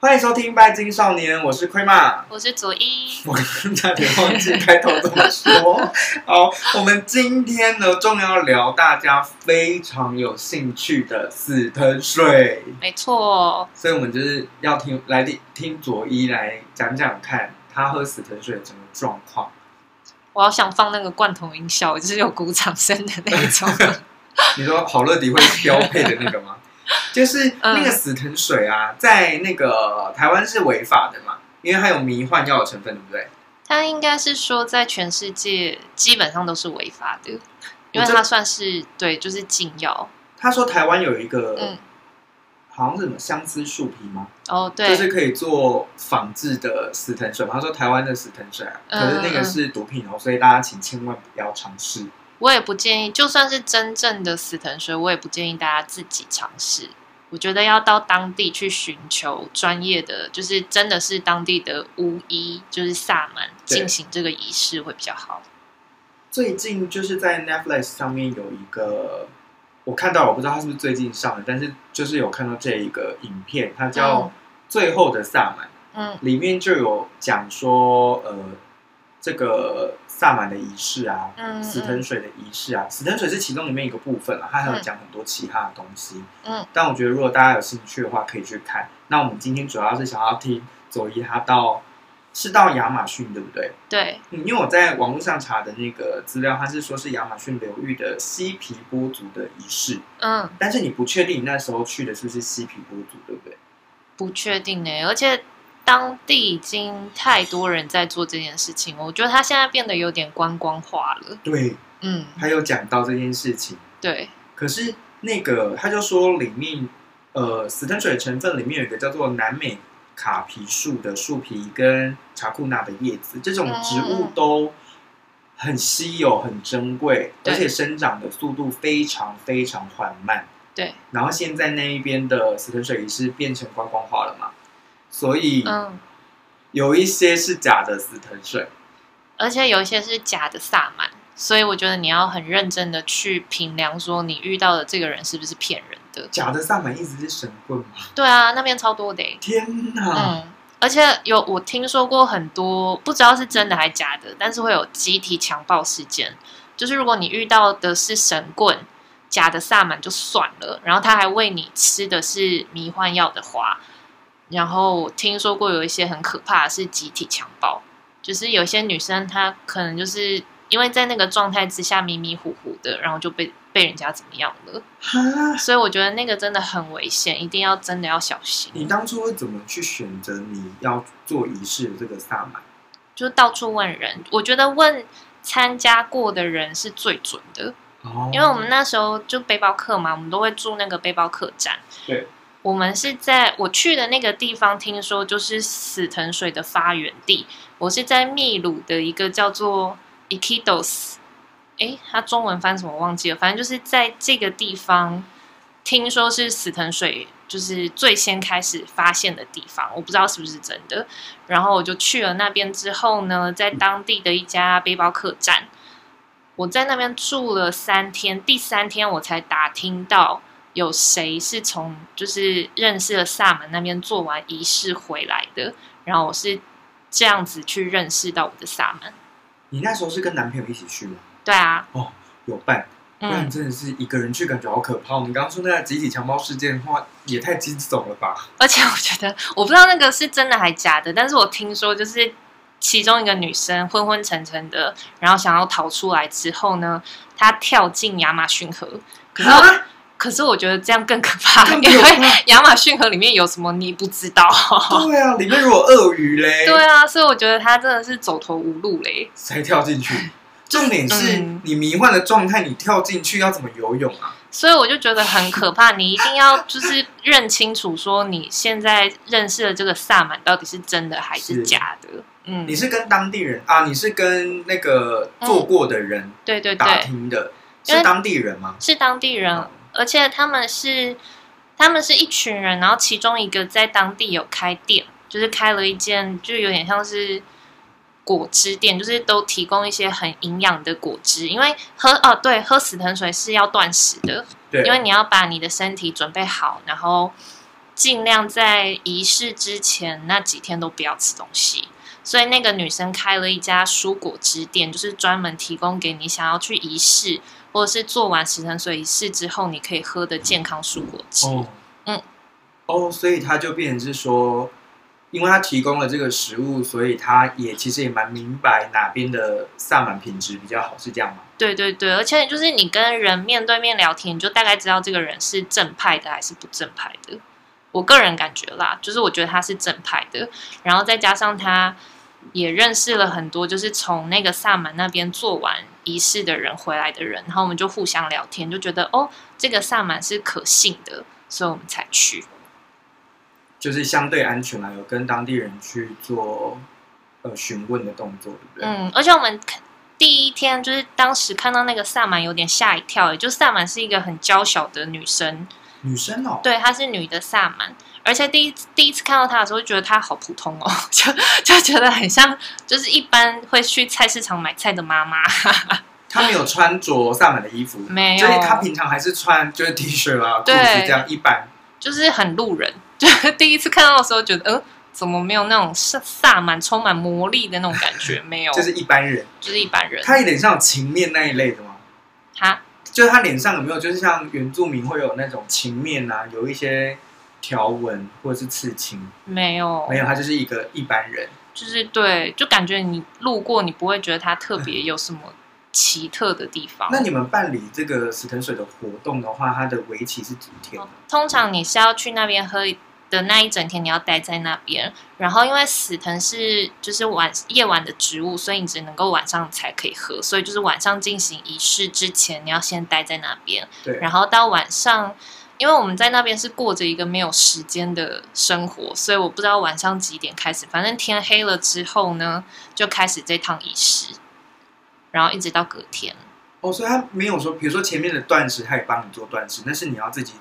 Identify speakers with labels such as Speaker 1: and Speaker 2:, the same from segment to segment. Speaker 1: 欢迎收听《拜金少年》，我是亏嘛。
Speaker 2: 我是左一，
Speaker 1: 我刚差点忘记开头怎么说。好，我们今天呢，重要聊大家非常有兴趣的死藤水，
Speaker 2: 没错，
Speaker 1: 所以我们就是要听来听佐伊来讲讲看他喝死藤水的整个状况。
Speaker 2: 我好想放那个罐头音效，就是有鼓掌声的那一种。
Speaker 1: 你说好乐迪会标配的那个吗？就是那个死藤水啊，在那个台湾是违法的嘛，因为它有迷幻药的成分，对不对？
Speaker 2: 它应该是说在全世界基本上都是违法的，因
Speaker 1: 我
Speaker 2: 为
Speaker 1: 这
Speaker 2: 它算是对，就是禁药。
Speaker 1: 他说台湾有一个、
Speaker 2: 嗯，
Speaker 1: 好像是什么相思树皮吗？
Speaker 2: 哦，
Speaker 1: 就
Speaker 2: 对，
Speaker 1: 是可以做仿制的死藤水嘛。他说台湾的死藤水啊，
Speaker 2: 嗯
Speaker 1: 可是那个是毒品哦，所以大家请千万不要尝试。
Speaker 2: 我也不建议，就算是真正的死藤水，我也不建议大家自己尝试。我觉得要到当地去寻求专业的，就是真的是当地的巫医，就是萨满
Speaker 1: 对
Speaker 2: 进行这个仪式会比较好。
Speaker 1: 最近就是在 Netflix 上面有一个，我看到我不知道它是不是最近上的，但是就是有看到这一个影片，它叫《
Speaker 2: 嗯
Speaker 1: 最后的萨满》，
Speaker 2: 嗯
Speaker 1: 里面就有讲说，呃，这个萨满的仪式啊，
Speaker 2: 嗯，
Speaker 1: 死藤水的仪式啊，死藤水是其中里面一个部分啊，它还有讲很多其他的东西。
Speaker 2: 嗯，
Speaker 1: 但我觉得如果大家有兴趣的话，可以去看。那我们今天主要是想要听佐伊他到是到亚马逊对不对？
Speaker 2: 对，
Speaker 1: 嗯，因为我在网络上查的那个资料，它是说是亚马逊流域的西皮波族的仪式，
Speaker 2: 嗯。
Speaker 1: 但是你不确定你那时候去的是不是西皮波族，对不
Speaker 2: 嗯
Speaker 1: 对？
Speaker 2: 不确定呢、欸而且当地已经太多人在做这件事情，我觉得它现在变得有点观光化了。
Speaker 1: 对，
Speaker 2: 嗯，
Speaker 1: 他有讲到这件事情。
Speaker 2: 对，
Speaker 1: 可是那个他就说里面，呃，死藤水成分里面有一个叫做南美卡皮树的树皮跟茶库纳的叶子，这种植物都很稀有、很珍贵，
Speaker 2: 对
Speaker 1: 而且生长的速度非常非常缓慢。
Speaker 2: 对，
Speaker 1: 然后现在那一边的死藤水仪式变成观光化了嘛，所以
Speaker 2: 嗯，
Speaker 1: 有一些是假的死藤水。
Speaker 2: 而且有一些是假的萨满，所以我觉得你要很认真的去评量，说你遇到的这个人是不是骗人的。
Speaker 1: 假的萨满一直是神棍吗？
Speaker 2: 对啊，那边超多的欸、
Speaker 1: 天哪！
Speaker 2: 嗯。而且有我听说过很多，不知道是真的还假的，但是会有集体强暴事件。就是如果你遇到的是神棍、假的萨满就算了，然后他还喂你吃的是迷幻药的花，然后听说过有一些很可怕的是集体强暴，就是有些女生她可能就是因为在那个状态之下迷迷糊糊的，然后就被被人家怎么样了。
Speaker 1: 哈，
Speaker 2: 所以我觉得那个真的很危险，一定要真的要小心。
Speaker 1: 你当初会怎么去选择你要做仪式的这个萨满？
Speaker 2: 就到处问人。我觉得问参加过的人是最准的，
Speaker 1: 哦
Speaker 2: 因为我们那时候就背包客嘛，我们都会住那个背包客栈。
Speaker 1: 对，
Speaker 2: 我们是在我去的那个地方，听说就是死藤水的发源地。我是在秘鲁的一个叫做 Iquitos，诶，它中文翻什么忘记了，反正就是在这个地方，听说是死藤水就是最先开始发现的地方，我不知道是不是真的。然后我就去了那边之后呢，在当地的一家背包客栈，我在那边住了三天，第三天我才打听到有谁是从就是认识了萨满那边做完仪式回来的，然后我是这样子去认识到我的萨满。
Speaker 1: 你那时候是跟男朋友一起去吗？
Speaker 2: 对啊，
Speaker 1: 有伴，不然
Speaker 2: 嗯，
Speaker 1: 真的是一个人去感觉好可怕哦。你刚刚说那个集体强暴事件的话，也太惊悚了吧？
Speaker 2: 而且我觉得我不知道那个是真的还假的，但是我听说就是。其中一个女生昏昏沉沉的，然后想要逃出来之后呢，她跳进亚马逊河。可是啊我
Speaker 1: 啊，
Speaker 2: 可是我觉得这样更可怕，
Speaker 1: 更可
Speaker 2: 因
Speaker 1: 怕
Speaker 2: 为 亚马逊河里面有什么你不知道。
Speaker 1: 对啊，里面如果鳄鱼嘞，
Speaker 2: 对啊，所以我觉得他真的是走投无路嘞。
Speaker 1: 才跳进去。重点是
Speaker 2: 嗯
Speaker 1: 你迷幻的状态，你跳进去要怎么游泳啊？
Speaker 2: 所以我就觉得很可怕，你一定要就是认清楚，说你现在认识的这个萨满到底是真的还
Speaker 1: 是
Speaker 2: 是假的。嗯，
Speaker 1: 你是跟当地人啊？你是跟那个做过的人
Speaker 2: 对对
Speaker 1: 打
Speaker 2: 对，
Speaker 1: 听的，
Speaker 2: 因为
Speaker 1: 是当地人吗？
Speaker 2: 是当地人，而且他们是他们是一群人，然后其中一个在当地有开店，就是开了一间，就有点像是果汁店，就是都提供一些很营养的果汁。因为喝哦，对，喝死藤水是要断食的，
Speaker 1: 对，
Speaker 2: 因为你要把你的身体准备好，然后尽量在仪式之前那几天都不要吃东西。所以那个女生开了一家蔬果汁店，就是专门提供给你想要去仪式或者是做完十层水仪式之后，你可以喝的健康蔬果汁。
Speaker 1: 哦，
Speaker 2: 嗯，
Speaker 1: 哦，所以他就变成是说，因为他提供了这个食物，所以他也其实也蛮明白哪边的萨满品质比较好，是这样吗？
Speaker 2: 对对对，而且就是你跟人面对面聊天，你就大概知道这个人是正派的还是不正派的。我个人感觉啦，就是我觉得他是正派的，然后再加上他也认识了很多，就是从那个萨满那边做完仪式的人回来的人，然后我们就互相聊天，就觉得哦，这个萨满是可信的，所以我们才去。
Speaker 1: 就是相对安全啊啦，有跟当地人去做呃询问的动作，对不对？
Speaker 2: 嗯，而且我们第一天就是当时看到那个萨满有点吓一跳，也欸就萨满是一个很娇小的女生，
Speaker 1: 女生哦，
Speaker 2: 对，她是女的萨满，而且第一第一次看到她的时候，觉得她好普通哦， 就就觉得很像就是一般会去菜市场买菜的妈妈，
Speaker 1: 她没有穿着萨满的衣服，
Speaker 2: 没有
Speaker 1: 所以，她平常还是穿就是 T 恤啊、裤
Speaker 2: 对
Speaker 1: 子这样一般。
Speaker 2: 就是很路人。 就是第一次看到的时候，觉得呃，怎么没有那种萨萨满充满魔力的那种感觉？没有，
Speaker 1: 就是一般人，
Speaker 2: 就是一般人。
Speaker 1: 她脸上有情面那一类的吗？
Speaker 2: 哈，
Speaker 1: 就是她脸上有没有就是像原住民会有那种情面啊，有一些条纹或者是刺青？
Speaker 2: 没有，
Speaker 1: 没有，她就是一个一般人。
Speaker 2: 就是对，就感觉你路过，你不会觉得它特别有什么奇特的地方。
Speaker 1: 那你们办理这个石藤水的活动的话，它的为期是几天？
Speaker 2: 通常你是要去那边喝的那一整天，你要待在那边。然后因为死藤是就是晚夜晚的植物，所以你只能够晚上才可以喝。所以就是晚上进行仪式之前，你要先待在那边。
Speaker 1: 对，
Speaker 2: 然后到晚上，因为我们在那边是过着一个没有时间的生活，所以我不知道晚上几点开始。反正天黑了之后呢，就开始这趟仪式，然后一直到隔天。
Speaker 1: 哦，所以他没有说，比如说前面的断食，他也帮你做断食，那是你要自己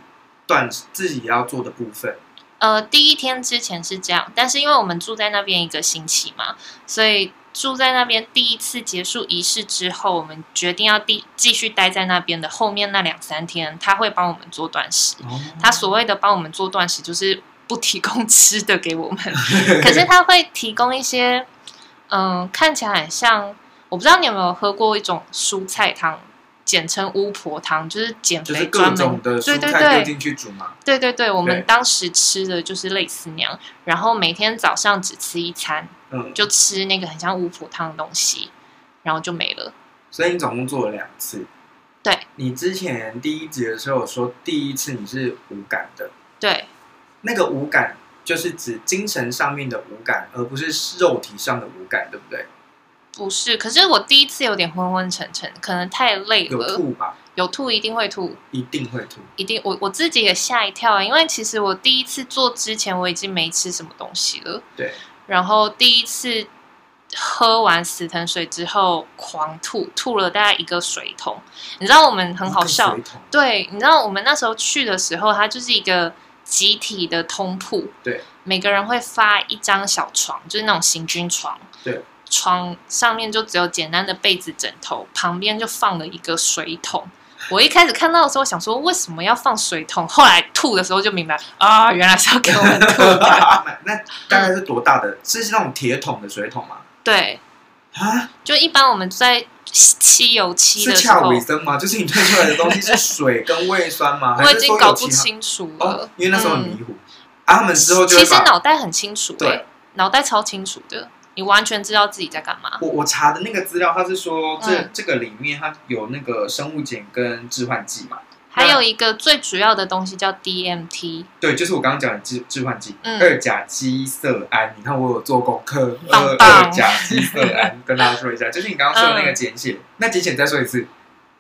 Speaker 1: 断食自己要做的部分。
Speaker 2: 呃，第一天之前是这样，但是因为我们住在那边一个星期嘛，所以住在那边第一次结束仪式之后，我们决定要第继续待在那边的后面那两三天，他会帮我们做断食。
Speaker 1: 哦，
Speaker 2: 他所谓的帮我们做断食，就是不提供 吃的给 我们，可是他会提供一些，嗯、看起来很像，我不知道你有没有喝过一种蔬菜汤，简称巫婆汤，就是减
Speaker 1: 就
Speaker 2: 肥
Speaker 1: 是各
Speaker 2: 专
Speaker 1: 种
Speaker 2: 门，
Speaker 1: 的
Speaker 2: 对
Speaker 1: 蔬
Speaker 2: 对
Speaker 1: 菜丢
Speaker 2: 对。
Speaker 1: 进去煮嘛。
Speaker 2: 对对对，我
Speaker 1: 对
Speaker 2: 们当时吃的就是类似那样，然后每天早上只吃一餐，
Speaker 1: 嗯，
Speaker 2: 就吃那个很像巫婆汤的东西，然后就没了。
Speaker 1: 所以你总共做了两次。
Speaker 2: 对，
Speaker 1: 你之前第一集的时候有说，第一次你是无感的，
Speaker 2: 对，
Speaker 1: 那个无感就是指精神上面的无感，而不是肉体上的无感，对不对？
Speaker 2: 不是，可是我第一次有点昏昏沉沉，可能太累
Speaker 1: 有
Speaker 2: 了，
Speaker 1: 吐吧，
Speaker 2: 有吐一定会吐，
Speaker 1: 一定会吐。
Speaker 2: 一定，我我自己也吓一跳啊，因为其实我第一次做之前我已经没吃什么东西了，
Speaker 1: 对，
Speaker 2: 然后第一次喝完死藤水之后狂吐，吐了大概一个水桶，你知道我们很好
Speaker 1: 一
Speaker 2: 笑
Speaker 1: 个，水桶
Speaker 2: 对，你知道我们那时候去的时候，它就是一个集体的通铺，
Speaker 1: 对，
Speaker 2: 每个人会发一张小床，就是那种行军床，
Speaker 1: 对，
Speaker 2: 床上面就只有简单的被子、枕头，旁边就放了一个水桶。我一开始看到的时候想说为什么要放水桶，后来吐的时候就明白啊，原来是要给我们吐的。
Speaker 1: 那大概是多大的？是那种铁桶的水桶吗？
Speaker 2: 对，
Speaker 1: 啊，
Speaker 2: 就一般我们在漆油漆
Speaker 1: 是
Speaker 2: 的时候
Speaker 1: 恰，尾声吗？就是你推出来的东西是水跟胃酸吗？
Speaker 2: 我
Speaker 1: 还
Speaker 2: 已
Speaker 1: 是
Speaker 2: 经
Speaker 1: 说
Speaker 2: 搞
Speaker 1: 有
Speaker 2: 不
Speaker 1: 其他
Speaker 2: 清楚了，
Speaker 1: 哦，因为那时候很
Speaker 2: 嗯
Speaker 1: 迷糊。啊，他们之后就
Speaker 2: 其
Speaker 1: 会
Speaker 2: 实
Speaker 1: 把
Speaker 2: 脑袋很清楚、欸，
Speaker 1: 对
Speaker 2: 脑袋超清楚的，你完全知道自己在干嘛。
Speaker 1: 我我查的那个资料，他是说这、
Speaker 2: 嗯
Speaker 1: 这个里面它有那个生物碱跟致幻剂嘛？
Speaker 2: 还有一个最主要的东西叫 DMT，
Speaker 1: 对，就是我刚刚讲的致致幻剂，
Speaker 2: 嗯
Speaker 1: 二甲基色胺。你看我有做功课，
Speaker 2: 棒
Speaker 1: 二
Speaker 2: 棒
Speaker 1: 二甲基色胺，跟大家说一下，就是你刚刚说的那个
Speaker 2: 嗯
Speaker 1: 简写。那简写你再说一次。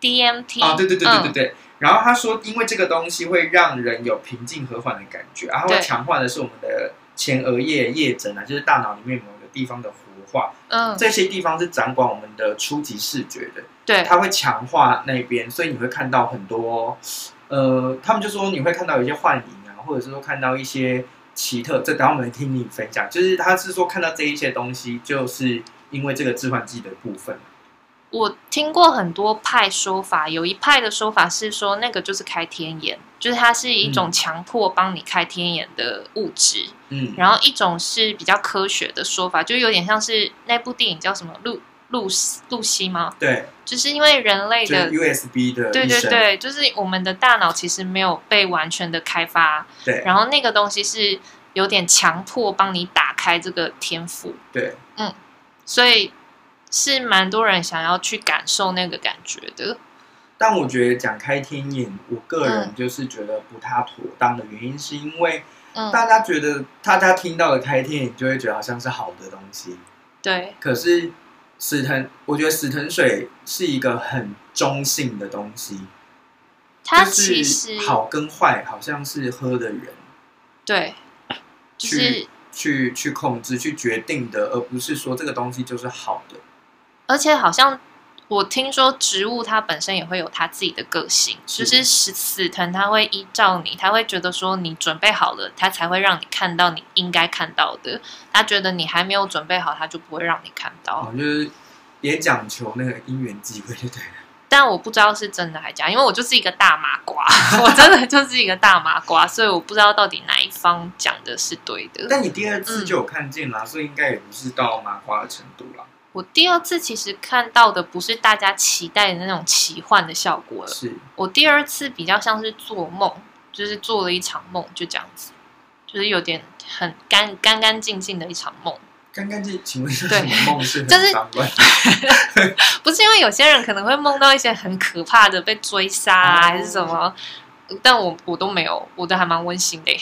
Speaker 2: ，DMT，、
Speaker 1: 啊，对对对对对
Speaker 2: 嗯
Speaker 1: 对。然后他说，因为这个东西会让人有平静和缓的感觉，然后会
Speaker 2: 对
Speaker 1: 强化的是我们的前额叶叶枕啊，就是大脑里面某个地方的活化，
Speaker 2: 嗯，
Speaker 1: 这些地方是掌管我们的初级视觉的，
Speaker 2: 对，
Speaker 1: 它会强化那边，所以你会看到很多，呃，他们就说你会看到有一些幻影啊，或者是说看到一些奇特，这等下我们听你分享，就是他是说看到这一些东西，就是因为这个致幻剂的部分。
Speaker 2: 我听过很多派说法，有一派的说法是说那个就是开天眼，就是它是一种
Speaker 1: 嗯
Speaker 2: 强迫帮你开天眼的物质。
Speaker 1: 嗯，
Speaker 2: 然后一种是比较科学的说法，就有点像是那部电影叫什么露露西露西吗？
Speaker 1: 对，
Speaker 2: 就是因为人类
Speaker 1: 就
Speaker 2: 的
Speaker 1: 是 USB 的
Speaker 2: 对
Speaker 1: 医
Speaker 2: 对
Speaker 1: 生，
Speaker 2: 对，就是我们的大脑其实没有被完全的开发，
Speaker 1: 对
Speaker 2: 然后那个东西是有点强迫帮你打开这个天赋，
Speaker 1: 对
Speaker 2: 所以是蛮多人想要去感受那个感觉的。
Speaker 1: 但我觉得讲开天眼，我个人就是觉得不太妥当的原因，是因为
Speaker 2: 嗯，
Speaker 1: 大家觉得大家听到的开天眼，就会觉得好像是好的东西，
Speaker 2: 对，
Speaker 1: 可是死藤，我觉得死藤水是一个很中性的东西，
Speaker 2: 它
Speaker 1: 就
Speaker 2: 其
Speaker 1: 是
Speaker 2: 实
Speaker 1: 好跟坏好像是喝的人
Speaker 2: 对，就
Speaker 1: 去
Speaker 2: 是
Speaker 1: 去去控制、去决定的，而不是说这个东西就是好的。
Speaker 2: 而且好像我听说植物它本身也会有它自己的个性，
Speaker 1: 是
Speaker 2: 就是死死藤它会依照你，它会觉得说你准备好了，它才会让你看到你应该看到的。它觉得你还没有准备好，它就不会让你看到。
Speaker 1: 哦，就是也讲求那个因缘际会，对对了。
Speaker 2: 但我不知道是真的还假，因为我就是一个大麻瓜， 我真的就是一个大麻瓜，所以我不知道到底哪一方讲的是对的。
Speaker 1: 但你第二次就有看见
Speaker 2: 嗯
Speaker 1: 啦，所以应该也不是到麻瓜的程度啦。
Speaker 2: 我第二次其实看到的不是大家期待的那种奇幻的效果了，
Speaker 1: 是，
Speaker 2: 我第二次比较像是做梦，就是做了一场梦，就这样子，就是有点很干干干净净的一场梦。
Speaker 1: 干干净，请问是
Speaker 2: 对
Speaker 1: 什么梦是很
Speaker 2: 就是
Speaker 1: 脏乱？
Speaker 2: 不是因为有些人可能会梦到一些很可怕的被追杀啊，
Speaker 1: 哦
Speaker 2: 还是什么，但我我都没有，我的还蛮温馨的耶。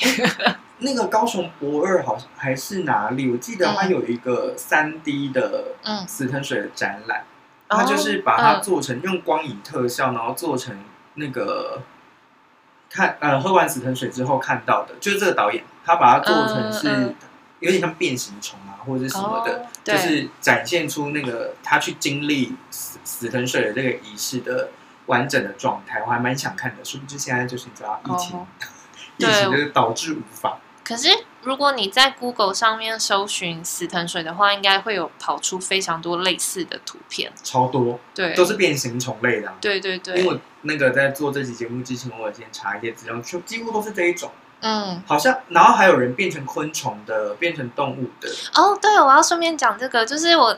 Speaker 1: 那个高雄博二好像还是哪里？我记得它
Speaker 2: 嗯
Speaker 1: 有一个三 D 的
Speaker 2: 嗯
Speaker 1: 死藤水的展览，
Speaker 2: 哦
Speaker 1: 它就是把它
Speaker 2: 嗯
Speaker 1: 做成、用光影特效，然后做成那个看呃喝完死藤水之后看到的，就是这个导演他把它做成是、
Speaker 2: 嗯嗯
Speaker 1: 有点像变形虫啊或者是什么的，
Speaker 2: 哦
Speaker 1: 就
Speaker 2: 对
Speaker 1: 是展现出那个他去经历死死藤水的这个仪式的完整的状态，我还蛮想看的。殊不知现在就是你知道疫情，
Speaker 2: 哦
Speaker 1: 疫
Speaker 2: 对
Speaker 1: 情就是导致无法。
Speaker 2: 可是如果你在 Google 上面搜寻死藤水的话，应该会有跑出非常多类似的图片。
Speaker 1: 超多，
Speaker 2: 对，
Speaker 1: 都是变形虫类的、啊。
Speaker 2: 对对对，
Speaker 1: 因为我那个在做这期节目之前，我有先查一些资料，就几乎都是这一种，
Speaker 2: 嗯。
Speaker 1: 好像然后还有人变成昆虫的，变成动物的，
Speaker 2: 哦，对，我要顺便讲这个，就是我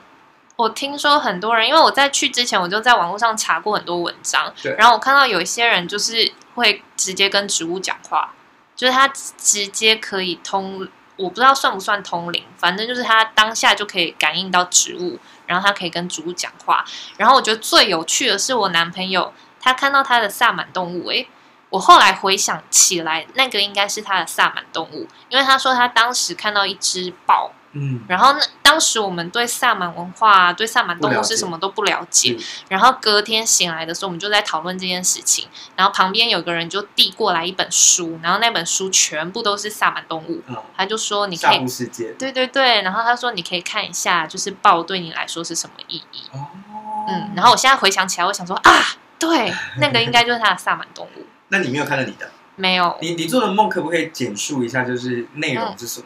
Speaker 2: 我听说很多人，因为我在去之前我就在网络上查过很多文章
Speaker 1: 对，
Speaker 2: 然后我看到有一些人就是会直接跟植物讲话，就是他直接可以通，我不知道算不算通灵，反正就是他当下就可以感应到植物，然后他可以跟植物讲话。然后我觉得最有趣的是我男朋友，他看到他的萨满动物、诶。我后来回想起来，那个应该是他的萨满动物，因为他说他当时看到一只豹，
Speaker 1: 嗯，
Speaker 2: 然后那当时我们对萨满文化、啊、对萨满动物是什么都不了解。嗯
Speaker 1: 不了解
Speaker 2: 然后隔天醒来的时候，我们就在讨论这件事情。然后旁边有个人就递过来一本书，然后那本书全部都是萨满动物。
Speaker 1: 啊、
Speaker 2: 他就说你可
Speaker 1: 下
Speaker 2: 以
Speaker 1: 部，世界
Speaker 2: 对对对。然后他说你可以看一下，就是豹对你来说是什么意义。
Speaker 1: 哦，
Speaker 2: 嗯，然后我现在回想起来，我想说啊，对，那个应该就是他的萨满动物。
Speaker 1: 那你没有看到你的，
Speaker 2: 没有，
Speaker 1: 你你做的梦可不可以简述一下，就是内容是什么？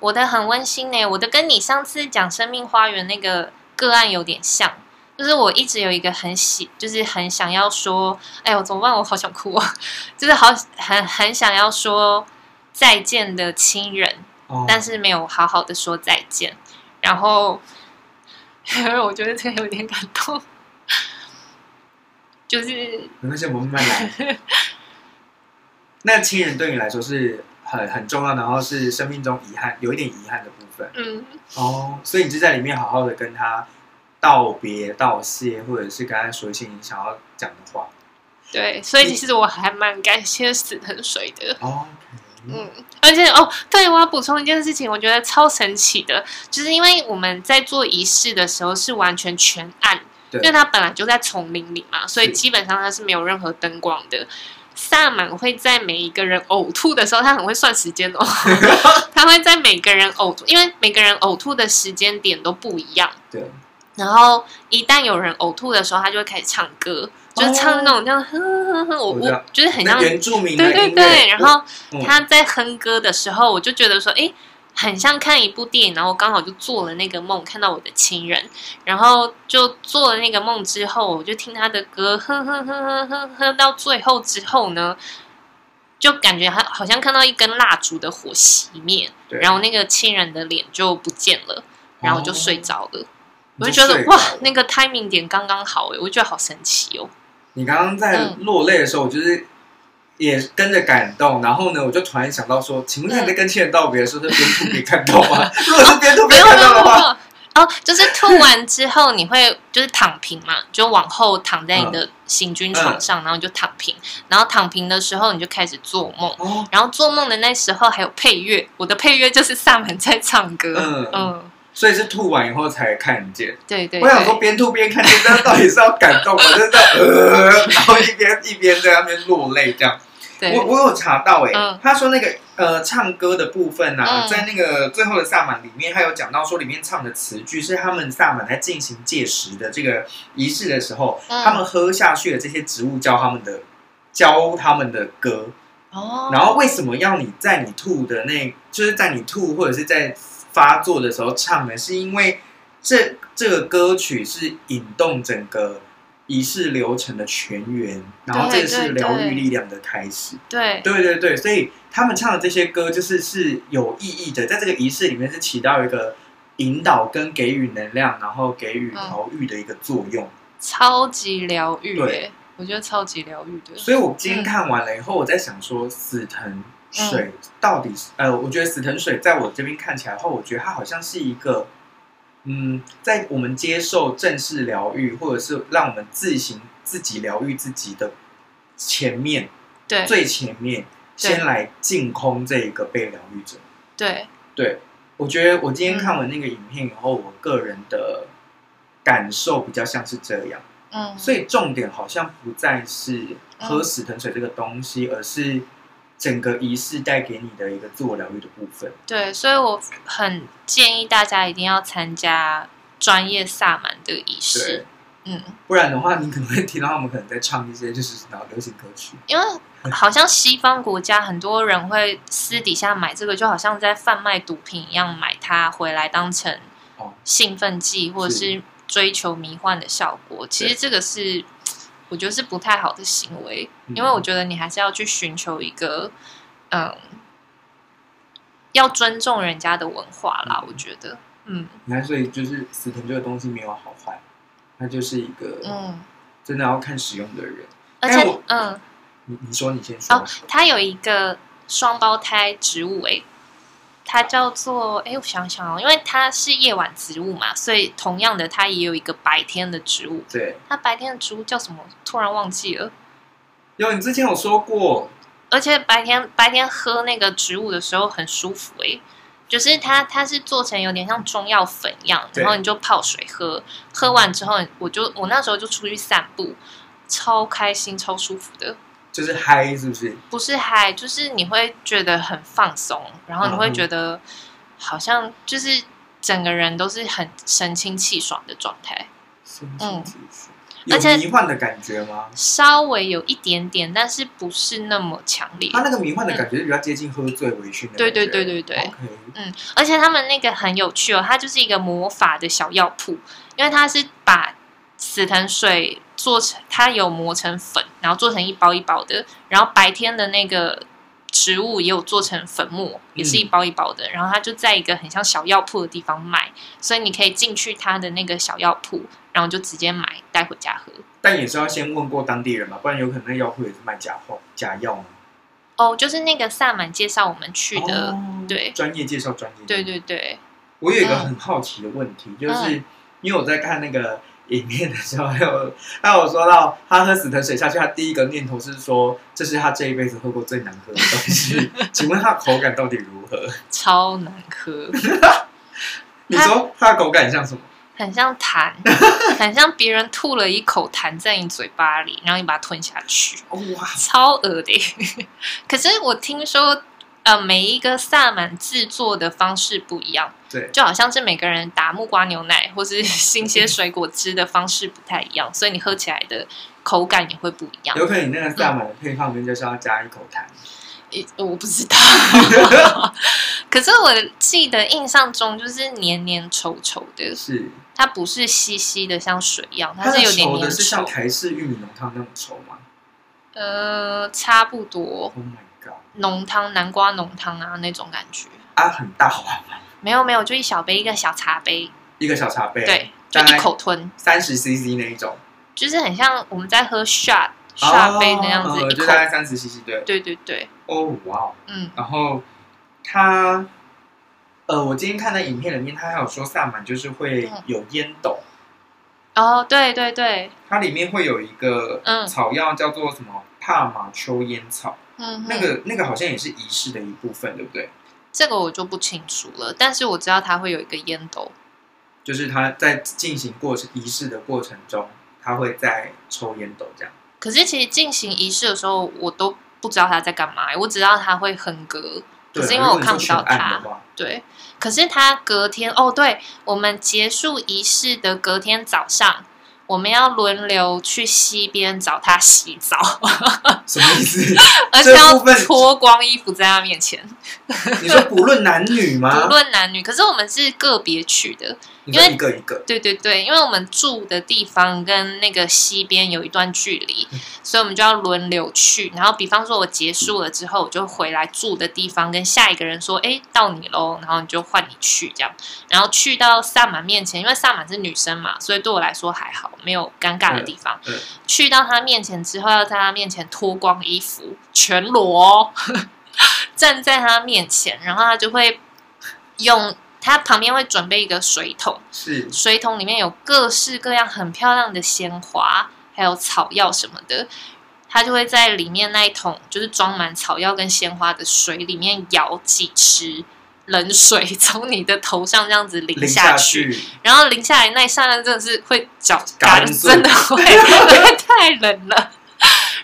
Speaker 2: 我的很温馨呢、欸我的跟你上次讲生命花园那个个案有点像，就是我一直有一个很喜，就是很想要说，哎呦怎么办？我好想哭啊， 就是好很很想要说再见的亲人，
Speaker 1: 哦，
Speaker 2: 嗯但是没有好好的说再见，然后 我觉得这个有点感动，就是
Speaker 1: 没关系，我们慢慢来。 那亲人对你来说是很很重要，然后是生命中遗憾，有一点遗憾的部分。
Speaker 2: 嗯。
Speaker 1: 哦，所以你就在里面好好的跟他道别、道谢，或者是跟他说一些你想要讲的话。
Speaker 2: 对，所以其实我还蛮感谢死藤水的。
Speaker 1: 哦，
Speaker 2: 嗯，而且哦，对，我要补充一件事情，我觉得超神奇的，就是因为我们在做仪式的时候是完全全暗，
Speaker 1: 对
Speaker 2: 因为它本来就在丛林里嘛，所以
Speaker 1: 是
Speaker 2: 基本上它是没有任何灯光的。萨满会在每一个人呕吐的时候，他很会算时间 哦，他会在每个人呕吐，因为每个人呕吐的时间点都不一样。
Speaker 1: 对，
Speaker 2: 然后一旦有人呕吐的时候，他就会开始唱歌，就是唱那种这样，哼哼哼，我
Speaker 1: 哦我知
Speaker 2: 我
Speaker 1: 道
Speaker 2: 就是很像
Speaker 1: 那原住民的
Speaker 2: 对对
Speaker 1: 音乐
Speaker 2: 对，然后
Speaker 1: 嗯
Speaker 2: 他在哼歌的时候，我就觉得说，诶，很像看一部电影，然后刚好就做了那个梦，看到我的亲人，然后就做了那个梦之后，我就听他的歌，哼哼哼哼哼哼，到最后之后呢，就感觉他好像看到一根蜡烛的火熄灭，
Speaker 1: 对，
Speaker 2: 然后那个亲人的脸就不见了，然后我就睡着了。
Speaker 1: 你
Speaker 2: 我就觉
Speaker 1: 睡
Speaker 2: 得
Speaker 1: 着
Speaker 2: 哇
Speaker 1: 了，
Speaker 2: 那个 timing 点刚刚好哎，我觉得好神奇哦。
Speaker 1: 你刚刚
Speaker 2: 嗯
Speaker 1: 在落泪的时候，我就是也跟着感动，然后呢，我就突然想到说，请问一下
Speaker 2: 嗯
Speaker 1: 你在跟亲人道别的时候是边吐边看到吗？ 如果是边吐
Speaker 2: 没
Speaker 1: 边
Speaker 2: 有
Speaker 1: 看
Speaker 2: 没有
Speaker 1: 到的
Speaker 2: 没
Speaker 1: 话，
Speaker 2: 有 哦，就是吐完之后你会就是躺平嘛，就往后躺在你的行军床
Speaker 1: 嗯
Speaker 2: 上，然后你就躺平，然后躺平的时候你就开始做梦，
Speaker 1: 哦，
Speaker 2: 然后做梦的那时候还有配乐，我的配乐就是萨满在唱歌，
Speaker 1: 嗯，
Speaker 2: 嗯，
Speaker 1: 所以是吐完以后才看见。
Speaker 2: 对对
Speaker 1: 我想说
Speaker 2: 对，
Speaker 1: 边吐边看见，但到底是要感动，我就是在呃，然后一边一边在那边落泪这样。我
Speaker 2: 对，
Speaker 1: 我有查到哎、
Speaker 2: 嗯
Speaker 1: 他说那个呃唱歌的部分啊，
Speaker 2: 嗯
Speaker 1: 在那个最后的萨满里面，他有讲到说里面唱的词句是他们萨满在进行戒食的这个仪式的时候，
Speaker 2: 嗯
Speaker 1: 他们喝下去的这些植物教他们的教他们的歌，
Speaker 2: 哦，
Speaker 1: 然后为什么要你在你吐的那，就是在你吐或者是在发作的时候唱呢？是因为这这个歌曲是引动整个仪式流程的全员，然后这
Speaker 2: 对
Speaker 1: 个是
Speaker 2: 对
Speaker 1: 疗
Speaker 2: 对
Speaker 1: 愈力量的开始。
Speaker 2: 对
Speaker 1: 对对对，所以他们唱的这些歌就是是有意义的，在这个仪式里面是起到一个引导跟给予能量，然后给予疗愈的一个作用。
Speaker 2: 超级疗愈
Speaker 1: 对
Speaker 2: 耶，我觉得超级疗愈的，
Speaker 1: 所以我今天看完了以后，我在想说，死藤水到底是、呃，我觉得死藤水在我这边看起来的话，我觉得它好像是一个，嗯，在我们接受正式疗愈，或者是让我们自行自己疗愈自己的前面
Speaker 2: 对
Speaker 1: 最前面，
Speaker 2: 对
Speaker 1: 先来净空这一个被疗愈者。
Speaker 2: 对，
Speaker 1: 对，我觉得我今天看完那个影片以后，我个人的感受比较像是这样。
Speaker 2: 嗯，
Speaker 1: 所以重点好像不再是喝死藤水这个东西，而是整个仪式带给你的一个自我疗愈的部分。
Speaker 2: 对，所以我很建议大家一定要参加专业萨满的仪
Speaker 1: 对
Speaker 2: 式。嗯，
Speaker 1: 不然的话，你可能会听到他们可能在唱一些就是然后流行歌曲。
Speaker 2: 因为好像西方国家很多人会私底下买这个，就好像在贩卖毒品一样，买它回来当成
Speaker 1: 哦
Speaker 2: 兴奋剂或者是追求迷幻的效果。其实这个是我觉得是不太好的行为，
Speaker 1: 嗯
Speaker 2: 因为我觉得你还是要去寻求一个嗯，要尊重人家的文化啦。
Speaker 1: 嗯
Speaker 2: 我觉得，嗯
Speaker 1: 你看，所以就是死藤这个东西没有好坏，它就是一个
Speaker 2: 嗯。
Speaker 1: 真的要看使用的人。
Speaker 2: 而
Speaker 1: 哎
Speaker 2: 且
Speaker 1: 我，
Speaker 2: 嗯，
Speaker 1: 你你说，你先说。
Speaker 2: 哦它有一个双胞胎植物、诶，它叫做诶，我想想哦，因为它是夜晚植物嘛，所以同样的，它也有一个白天的植物。
Speaker 1: 对，
Speaker 2: 它白天的植物叫什么？突然忘记了。
Speaker 1: 有你之前有说过，
Speaker 2: 而且白天白天喝那个植物的时候很舒服诶、就是它它是做成有点像中药粉一样，
Speaker 1: 对
Speaker 2: 然后你就泡水喝，喝完之后我就我那时候就出去散步，超开心超舒服的。
Speaker 1: 就是嗨，是不是？
Speaker 2: 不是嗨，就是你会觉得很放松，然后你会觉得好像就是整个人都是很神清气爽的状态，
Speaker 1: 是
Speaker 2: 嗯
Speaker 1: 有
Speaker 2: 而且
Speaker 1: 迷幻的感觉吗？
Speaker 2: 稍微有一点点，但是不是那么强烈。
Speaker 1: 它那个迷幻的感觉是比较接近喝醉微醺的感觉。
Speaker 2: 对对对对对
Speaker 1: OK，
Speaker 2: 而且他们那个很有趣哦，它就是一个魔法的小药铺，因为它是把死藤水做成，它有磨成粉，然后做成一包一包的，然后白天的那个植物也有做成粉末，也是一包一包的，然后它就在一个很像小药铺的地方卖，所以你可以进去它的那个小药铺，然后就直接买带回家喝。
Speaker 1: 但也是要先问过当地人嘛，不然有可能那药铺也是卖假货、假药嘛。
Speaker 2: 哦，就是那个萨满介绍我们去的，
Speaker 1: 哦
Speaker 2: 对
Speaker 1: 专业介绍专业。
Speaker 2: 对。嗯对对，
Speaker 1: 我有一个很好奇的问题，就是因为我在看那个影片的时候，还有还有说到他喝死藤水下去，他第一个念头是说这是他这一辈子喝过最难喝的东 西。请问它口感到底如何？
Speaker 2: 超难喝。
Speaker 1: 你说它的口感像什么？
Speaker 2: 很像 痰，很像别人吐了一口痰在你嘴巴里，然后你把它吞下去，
Speaker 1: 哦哇，
Speaker 2: 超恶的。 可是我听说，呃，每一个萨满制作的方式不一样，
Speaker 1: 对，
Speaker 2: 就好像是每个人打木瓜牛奶或是新鲜水果汁的方式不太一样，所以你喝起来的口感也会不一样。
Speaker 1: 有可能你那 个萨满的配方里面就是要加一口痰。
Speaker 2: 诶我不知道， 可是我记得印象中就是黏黏稠稠的，
Speaker 1: 是
Speaker 2: 它不是稀稀的像水一样，
Speaker 1: 它
Speaker 2: 是有点
Speaker 1: 稠
Speaker 2: 黏
Speaker 1: 的是像
Speaker 2: 稠。
Speaker 1: 台式玉米浓汤那种稠吗
Speaker 2: 呃，差不多
Speaker 1: ？Oh my god！
Speaker 2: 浓汤、南瓜浓汤啊那种感觉。
Speaker 1: 啊，很大 碗吗？
Speaker 2: 没有没有，就一小杯一个小茶杯，
Speaker 1: 一个小茶杯，，
Speaker 2: 对，就
Speaker 1: 大概
Speaker 2: 一口吞，
Speaker 1: 三十 CC 那一种，
Speaker 2: 就是很像我们在喝 shot shot 杯那样子
Speaker 1: 哦
Speaker 2: 一
Speaker 1: 就
Speaker 2: 口。
Speaker 1: 大概三十 CC 对。
Speaker 2: 对对对，
Speaker 1: 哦，哇哦！
Speaker 2: 嗯
Speaker 1: 然后它，呃，我今天看的影片里面，它还有说萨满就是会
Speaker 2: 嗯
Speaker 1: 有烟斗，
Speaker 2: 哦，对对对，
Speaker 1: 它里面会有一个
Speaker 2: 嗯
Speaker 1: 草药叫做什么帕马秋烟草，
Speaker 2: 嗯，
Speaker 1: 那
Speaker 2: 嗯
Speaker 1: 个那个好像也是仪式的一部分，对不对？
Speaker 2: 这个我就不清楚了，但是我知道它会有一个烟斗，
Speaker 1: 就是他在进行过程仪式的过程中，他会在抽烟斗这样。
Speaker 2: 可是其实进行仪式的时候，我都不知道他在干嘛，我只知道他会哼歌，
Speaker 1: 对啊，
Speaker 2: 可是因为
Speaker 1: 如
Speaker 2: 我
Speaker 1: 果你
Speaker 2: 看不
Speaker 1: 说
Speaker 2: 到
Speaker 1: 全暗
Speaker 2: 他
Speaker 1: 的。话，
Speaker 2: 对，可是他隔天哦，对我们结束仪式的隔天早上，我们要轮流去溪边找他洗澡，
Speaker 1: 什么意思？
Speaker 2: 而且要
Speaker 1: 部分
Speaker 2: 脱光衣服在他面前，
Speaker 1: 你 说不论男女吗？
Speaker 2: 不论男女。可是我们是个别去的，
Speaker 1: 你说
Speaker 2: 因为
Speaker 1: 一个一个，
Speaker 2: 对对对，因为我们住的地方跟那个溪边有一段距离，
Speaker 1: 嗯
Speaker 2: 所以我们就要轮流去。然后，比方说我结束了之后，我就回来住的地方，跟下一个人说：“哎，到你喽。”然后你就换你去这样。然后去到萨满面前，因为萨满是女生嘛，所以对我来说还好，没有尴尬的地方。
Speaker 1: 嗯嗯
Speaker 2: 去到她面前之后，要在她面前脱光衣服，全裸 哦，站在她面前，然后她就会用。她旁边会准备一个水桶，
Speaker 1: 是
Speaker 2: 水桶里面有各式各样很漂亮的鲜花，还有草药什么的。它就会在里面那一桶就是装满草药跟鲜花的水里面舀几池冷水，从你的头上这样子淋
Speaker 1: 淋
Speaker 2: 下去。
Speaker 1: 去，
Speaker 2: 然后淋下来那一刹那真的是会脚
Speaker 1: 嘎
Speaker 2: 感，
Speaker 1: 住
Speaker 2: 真 的会，因为太冷了。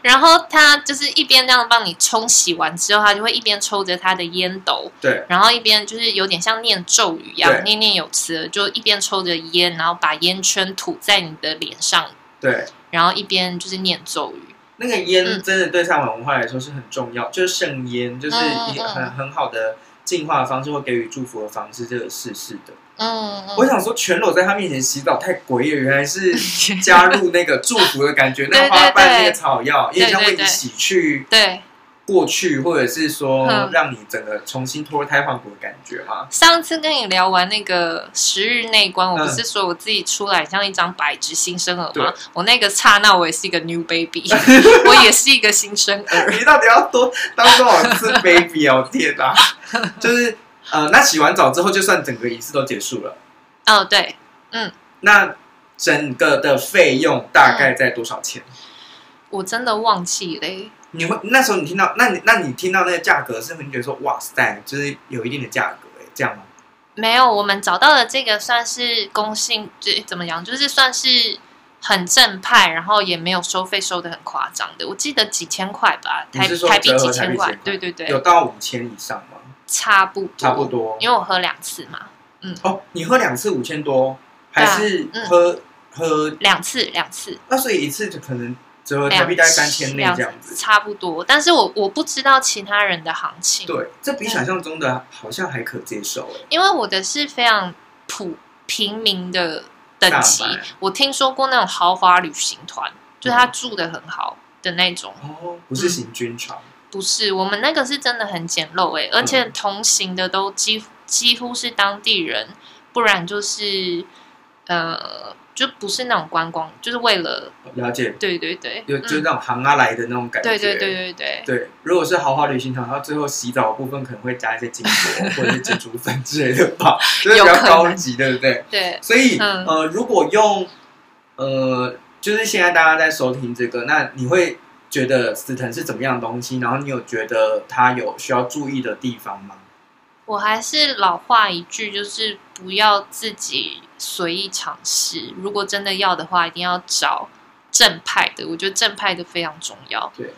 Speaker 2: 然后他就是一边这样帮你冲洗完之后，他就会一边抽着他的烟斗，
Speaker 1: 对，
Speaker 2: 然后一边就是有点像念咒语一样
Speaker 1: 对，
Speaker 2: 念念有词，就一边抽着烟，然后把烟圈吐在你的脸上，
Speaker 1: 对。
Speaker 2: 然后一边就是念咒语。
Speaker 1: 那个烟
Speaker 2: 嗯
Speaker 1: 真的对萨满文化来说是很重要，就是圣烟，就是
Speaker 2: 嗯
Speaker 1: 一
Speaker 2: 嗯
Speaker 1: 很很好的净化的方式或给予祝福的方式，这个是是的。
Speaker 2: 嗯，
Speaker 1: 我
Speaker 2: 嗯
Speaker 1: 想说，全裸在他面前洗澡太诡异了，原来是 加入那个祝福的感觉，那
Speaker 2: 对
Speaker 1: 个花瓣、
Speaker 2: 对对
Speaker 1: 那个草药，有点像
Speaker 2: 对
Speaker 1: 会
Speaker 2: 对
Speaker 1: 一起去
Speaker 2: 对。
Speaker 1: 过去，或者是说
Speaker 2: 嗯
Speaker 1: 让你整个重新脱胎换骨的感觉 嘛。
Speaker 2: 上次跟你聊完那个十日内观，我
Speaker 1: 嗯
Speaker 2: 不是说我自己出来像一张白纸新生儿
Speaker 1: 对
Speaker 2: 吗？我那个刹那，我也是一个 new baby，我也是一个新生儿。
Speaker 1: 你到底要多当多少次 baby 啊？我天 哪！就是呃，那洗完澡之后，就算整个仪式都结束了，
Speaker 2: 哦，对，
Speaker 1: 那整个的费用大概在多少钱？
Speaker 2: 我真的忘记嘞。
Speaker 1: 你会那时候你听到，那你那你听到那个价格，是不是你觉得说哇塞，就是有一定的价格、欸、这样吗？
Speaker 2: 没有，我们找到的这个算是公信，就怎么讲，就是算是很正派，然后也没有收费收的很夸张的。我记得几千块吧，
Speaker 1: 你
Speaker 2: 台
Speaker 1: 是说
Speaker 2: 台币
Speaker 1: 折合
Speaker 2: 几
Speaker 1: 台币
Speaker 2: 千
Speaker 1: 几千
Speaker 2: 块
Speaker 1: 块，
Speaker 2: 对对对嗯
Speaker 1: 有，到五千以上吗？
Speaker 2: 差不多，
Speaker 1: 差不。多。
Speaker 2: 因为我喝两次嘛，
Speaker 1: 哦，你喝两次五千多，
Speaker 2: 对
Speaker 1: 还
Speaker 2: 啊
Speaker 1: 是
Speaker 2: 嗯
Speaker 1: 喝、喝？
Speaker 2: 两次两次，
Speaker 1: 那所以一次就可能折合台
Speaker 2: 两
Speaker 1: 币大概三千内这样子。
Speaker 2: 哎差不多。但是我我不知道其他人的行情，
Speaker 1: 对，这比
Speaker 2: 嗯
Speaker 1: 想象中的好像还可接受哎、
Speaker 2: 因为我的是非常普平民的等级
Speaker 1: 上班。
Speaker 2: 我听说过那种豪华旅行团，
Speaker 1: 嗯
Speaker 2: 就是他住的很好的那种。
Speaker 1: 哦，不
Speaker 2: 嗯
Speaker 1: 是行军床，
Speaker 2: 不是，我们那个是真的很简陋哎、而
Speaker 1: 嗯
Speaker 2: 且同行的都几乎几乎是当地人，不然就是呃，就不是那种观光，就是为了
Speaker 1: 了解，
Speaker 2: 对对对，
Speaker 1: 有就是
Speaker 2: 嗯
Speaker 1: 那种行啊来的那种感觉。
Speaker 2: 对对对对对，
Speaker 1: 对，如果是豪华旅行团，它最后洗澡的部分可能会加一些金 箔或者是珍珠粉之类的吧，就是比
Speaker 2: 有
Speaker 1: 较
Speaker 2: 可能
Speaker 1: 高级，对不对？
Speaker 2: 对，
Speaker 1: 所以、
Speaker 2: 嗯
Speaker 1: 呃，如果用呃，就是现在大家在收听这个，那你会觉得死藤是怎么样的东西？然后你有觉得它有需要注意的地方吗？
Speaker 2: 我还是老话一句，就是不要自己随意尝试。如果真的要的话，一定要找正派的。我觉得正派的非常重要。
Speaker 1: 对，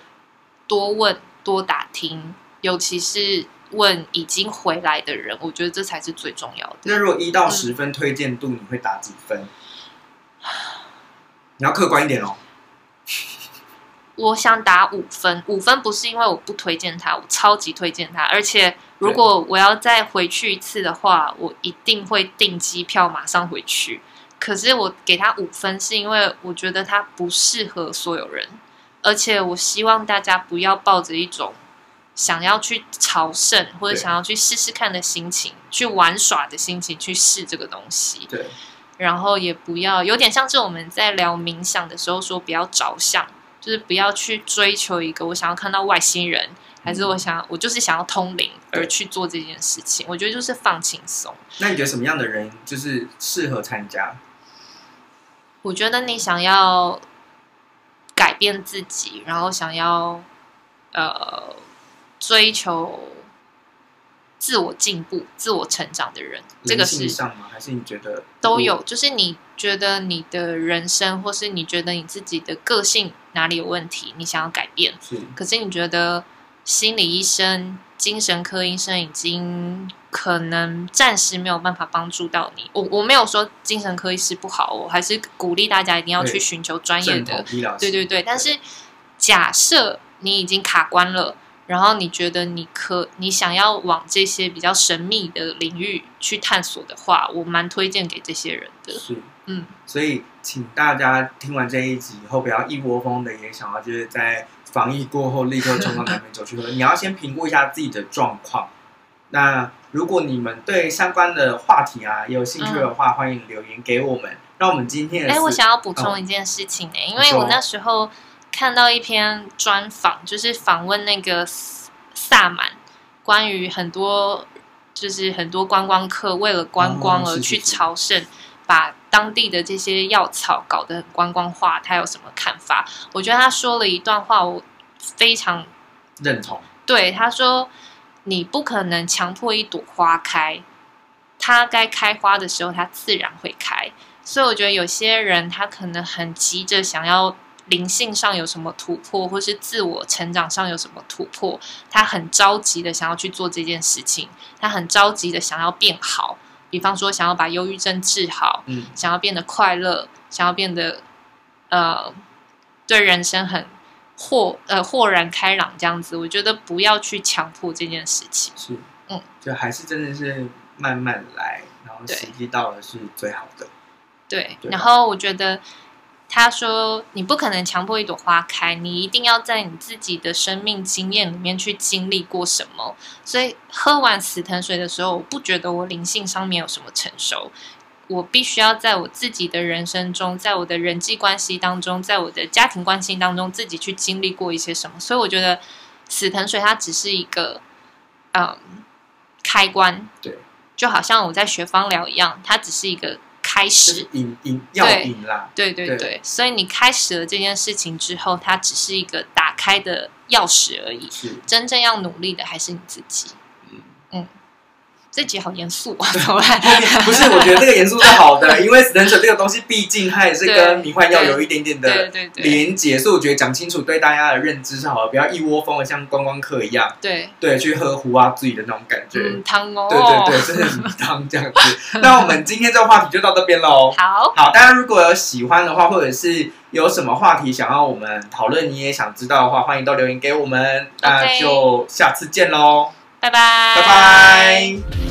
Speaker 2: 多问多打听，尤其是问已经回来的人，我觉得这才是最重要的。
Speaker 1: 那如果一
Speaker 2: 嗯
Speaker 1: 到十分推荐度，你会打几分？你要客观一点哦。
Speaker 2: 我想打五分，五分不是因为我不推荐他，我超级推荐他，而且如果我要再回去一次的话，我一定会订机票马上回去。可是我给他五分，是因为我觉得它不适合所有人，而且我希望大家不要抱着一种想要去朝圣或者
Speaker 1: 对
Speaker 2: 想要去试试看的心情，去玩耍的心情去试这个东西。
Speaker 1: 对，
Speaker 2: 然后也不要有点像是我们在聊冥想的时候说不要着相，就是不要去追求一个我想要看到外星人，还是我想我就是想要通灵而去做这件事情。我觉得就是放轻松。
Speaker 1: 那你觉得什么样的人就是适合参加？
Speaker 2: 我觉得你想要改变自己，然后想要呃追求自我进步、自我成长的人，这个
Speaker 1: 灵性
Speaker 2: 是
Speaker 1: 上吗？还是你觉得
Speaker 2: 都有，就是你觉得你的人生，或是你觉得你自己的个性哪里有问题，你想要改变，
Speaker 1: 是？
Speaker 2: 可是你觉得心理医生、精神科医生已经可能暂时没有办法帮助到你。我我没有说精神科医师不好哦，我还是鼓励大家一定要去
Speaker 1: 对
Speaker 2: 寻求专业
Speaker 1: 正
Speaker 2: 的
Speaker 1: 统。医疗系
Speaker 2: 对对对，但是假设你已经卡关了。然后你觉得你可你想要往这些比较神秘的领域去探索的话，我蛮推荐给这些人的。
Speaker 1: 是，
Speaker 2: 嗯，
Speaker 1: 所以请大家听完这一集以后，不要一窝蜂的也想要就是在防疫过后立刻冲到南美洲去喝，你要先评估一下自己的状况。那如果你们对相关的话题啊有兴趣的话，欢迎留言给我们。让我们今天的
Speaker 2: 哎、我
Speaker 1: 四
Speaker 2: 想要补充一件事情呢、欸
Speaker 1: 嗯
Speaker 2: 因
Speaker 1: 你
Speaker 2: 为
Speaker 1: 说
Speaker 2: 我那时候看到一篇专访，就是访问那个萨萨满，关于很多就是很多观光客为了观光
Speaker 1: 哦
Speaker 2: 而
Speaker 1: 是
Speaker 2: 去
Speaker 1: 是是
Speaker 2: 朝圣，把当地的这些药草搞得很观光化，他有什么看法？我觉得他说了一段话，我非常
Speaker 1: 认同，
Speaker 2: 对，他说你不可能强迫一朵花开，它该开花的时候，它自然会开。所以我觉得有些人他可能很急着想要灵性上有什么突破，或是自我成长上有什么突破，他很着急的想要去做这件事情，他很着急的想要变好，比方说想要把忧郁症治好，
Speaker 1: 嗯，
Speaker 2: 想要变得快乐，想要变得呃对人生很豁呃豁然开朗这样子，我觉得不要去强迫这件事情。
Speaker 1: 是，
Speaker 2: 嗯，
Speaker 1: 就还是真的是慢慢来，然后
Speaker 2: 对
Speaker 1: 时机到了是最好的。
Speaker 2: 对，
Speaker 1: 对
Speaker 2: 然后我觉得他说你不可能强迫一朵花开，你一定要在你自己的生命经验里面去经历过什么。所以喝完死藤水的时候，我不觉得我灵性上面有什么成熟。我必须要在我自己的人生中，在我的人际关系当中，在我的家庭关系当中，自己去经历过一些什么。所以我觉得死藤水它只是一个，嗯，开关。
Speaker 1: 对，
Speaker 2: 就好像我在学芳疗一样，它只是一个开
Speaker 1: 就
Speaker 2: 始。
Speaker 1: 是引引要
Speaker 2: 对
Speaker 1: 引啦，
Speaker 2: 对对
Speaker 1: 对
Speaker 2: 对，所以你开始了这件事情之后，它只是一个打开的钥匙而已。
Speaker 1: 是，
Speaker 2: 真正要努力的还是你自己。
Speaker 1: 嗯。
Speaker 2: 这集好严肃啊，怎 么办？
Speaker 1: 不是，我觉得这个严肃是好的，因为死神水这个东西，毕竟它也是跟迷幻药有一点点
Speaker 2: 对
Speaker 1: 的
Speaker 2: 对对
Speaker 1: 连结，所以我觉得讲清楚对大家的认知是好的，不要一窝蜂的像观光客一样，
Speaker 2: 对，
Speaker 1: 对，去喝胡啊醉的那种感觉。
Speaker 2: 嗯，汤哦，
Speaker 1: 对对对，真的很当这样子。那我们今天这个话题就到这边喽。
Speaker 2: 好，
Speaker 1: 好，大家如果有喜欢的话，或者是有什么话题想要我们讨论，你也想知道的话，欢迎都留言给我们。那
Speaker 2: OK
Speaker 1: 就下次见喽，
Speaker 2: 拜拜，
Speaker 1: 拜拜。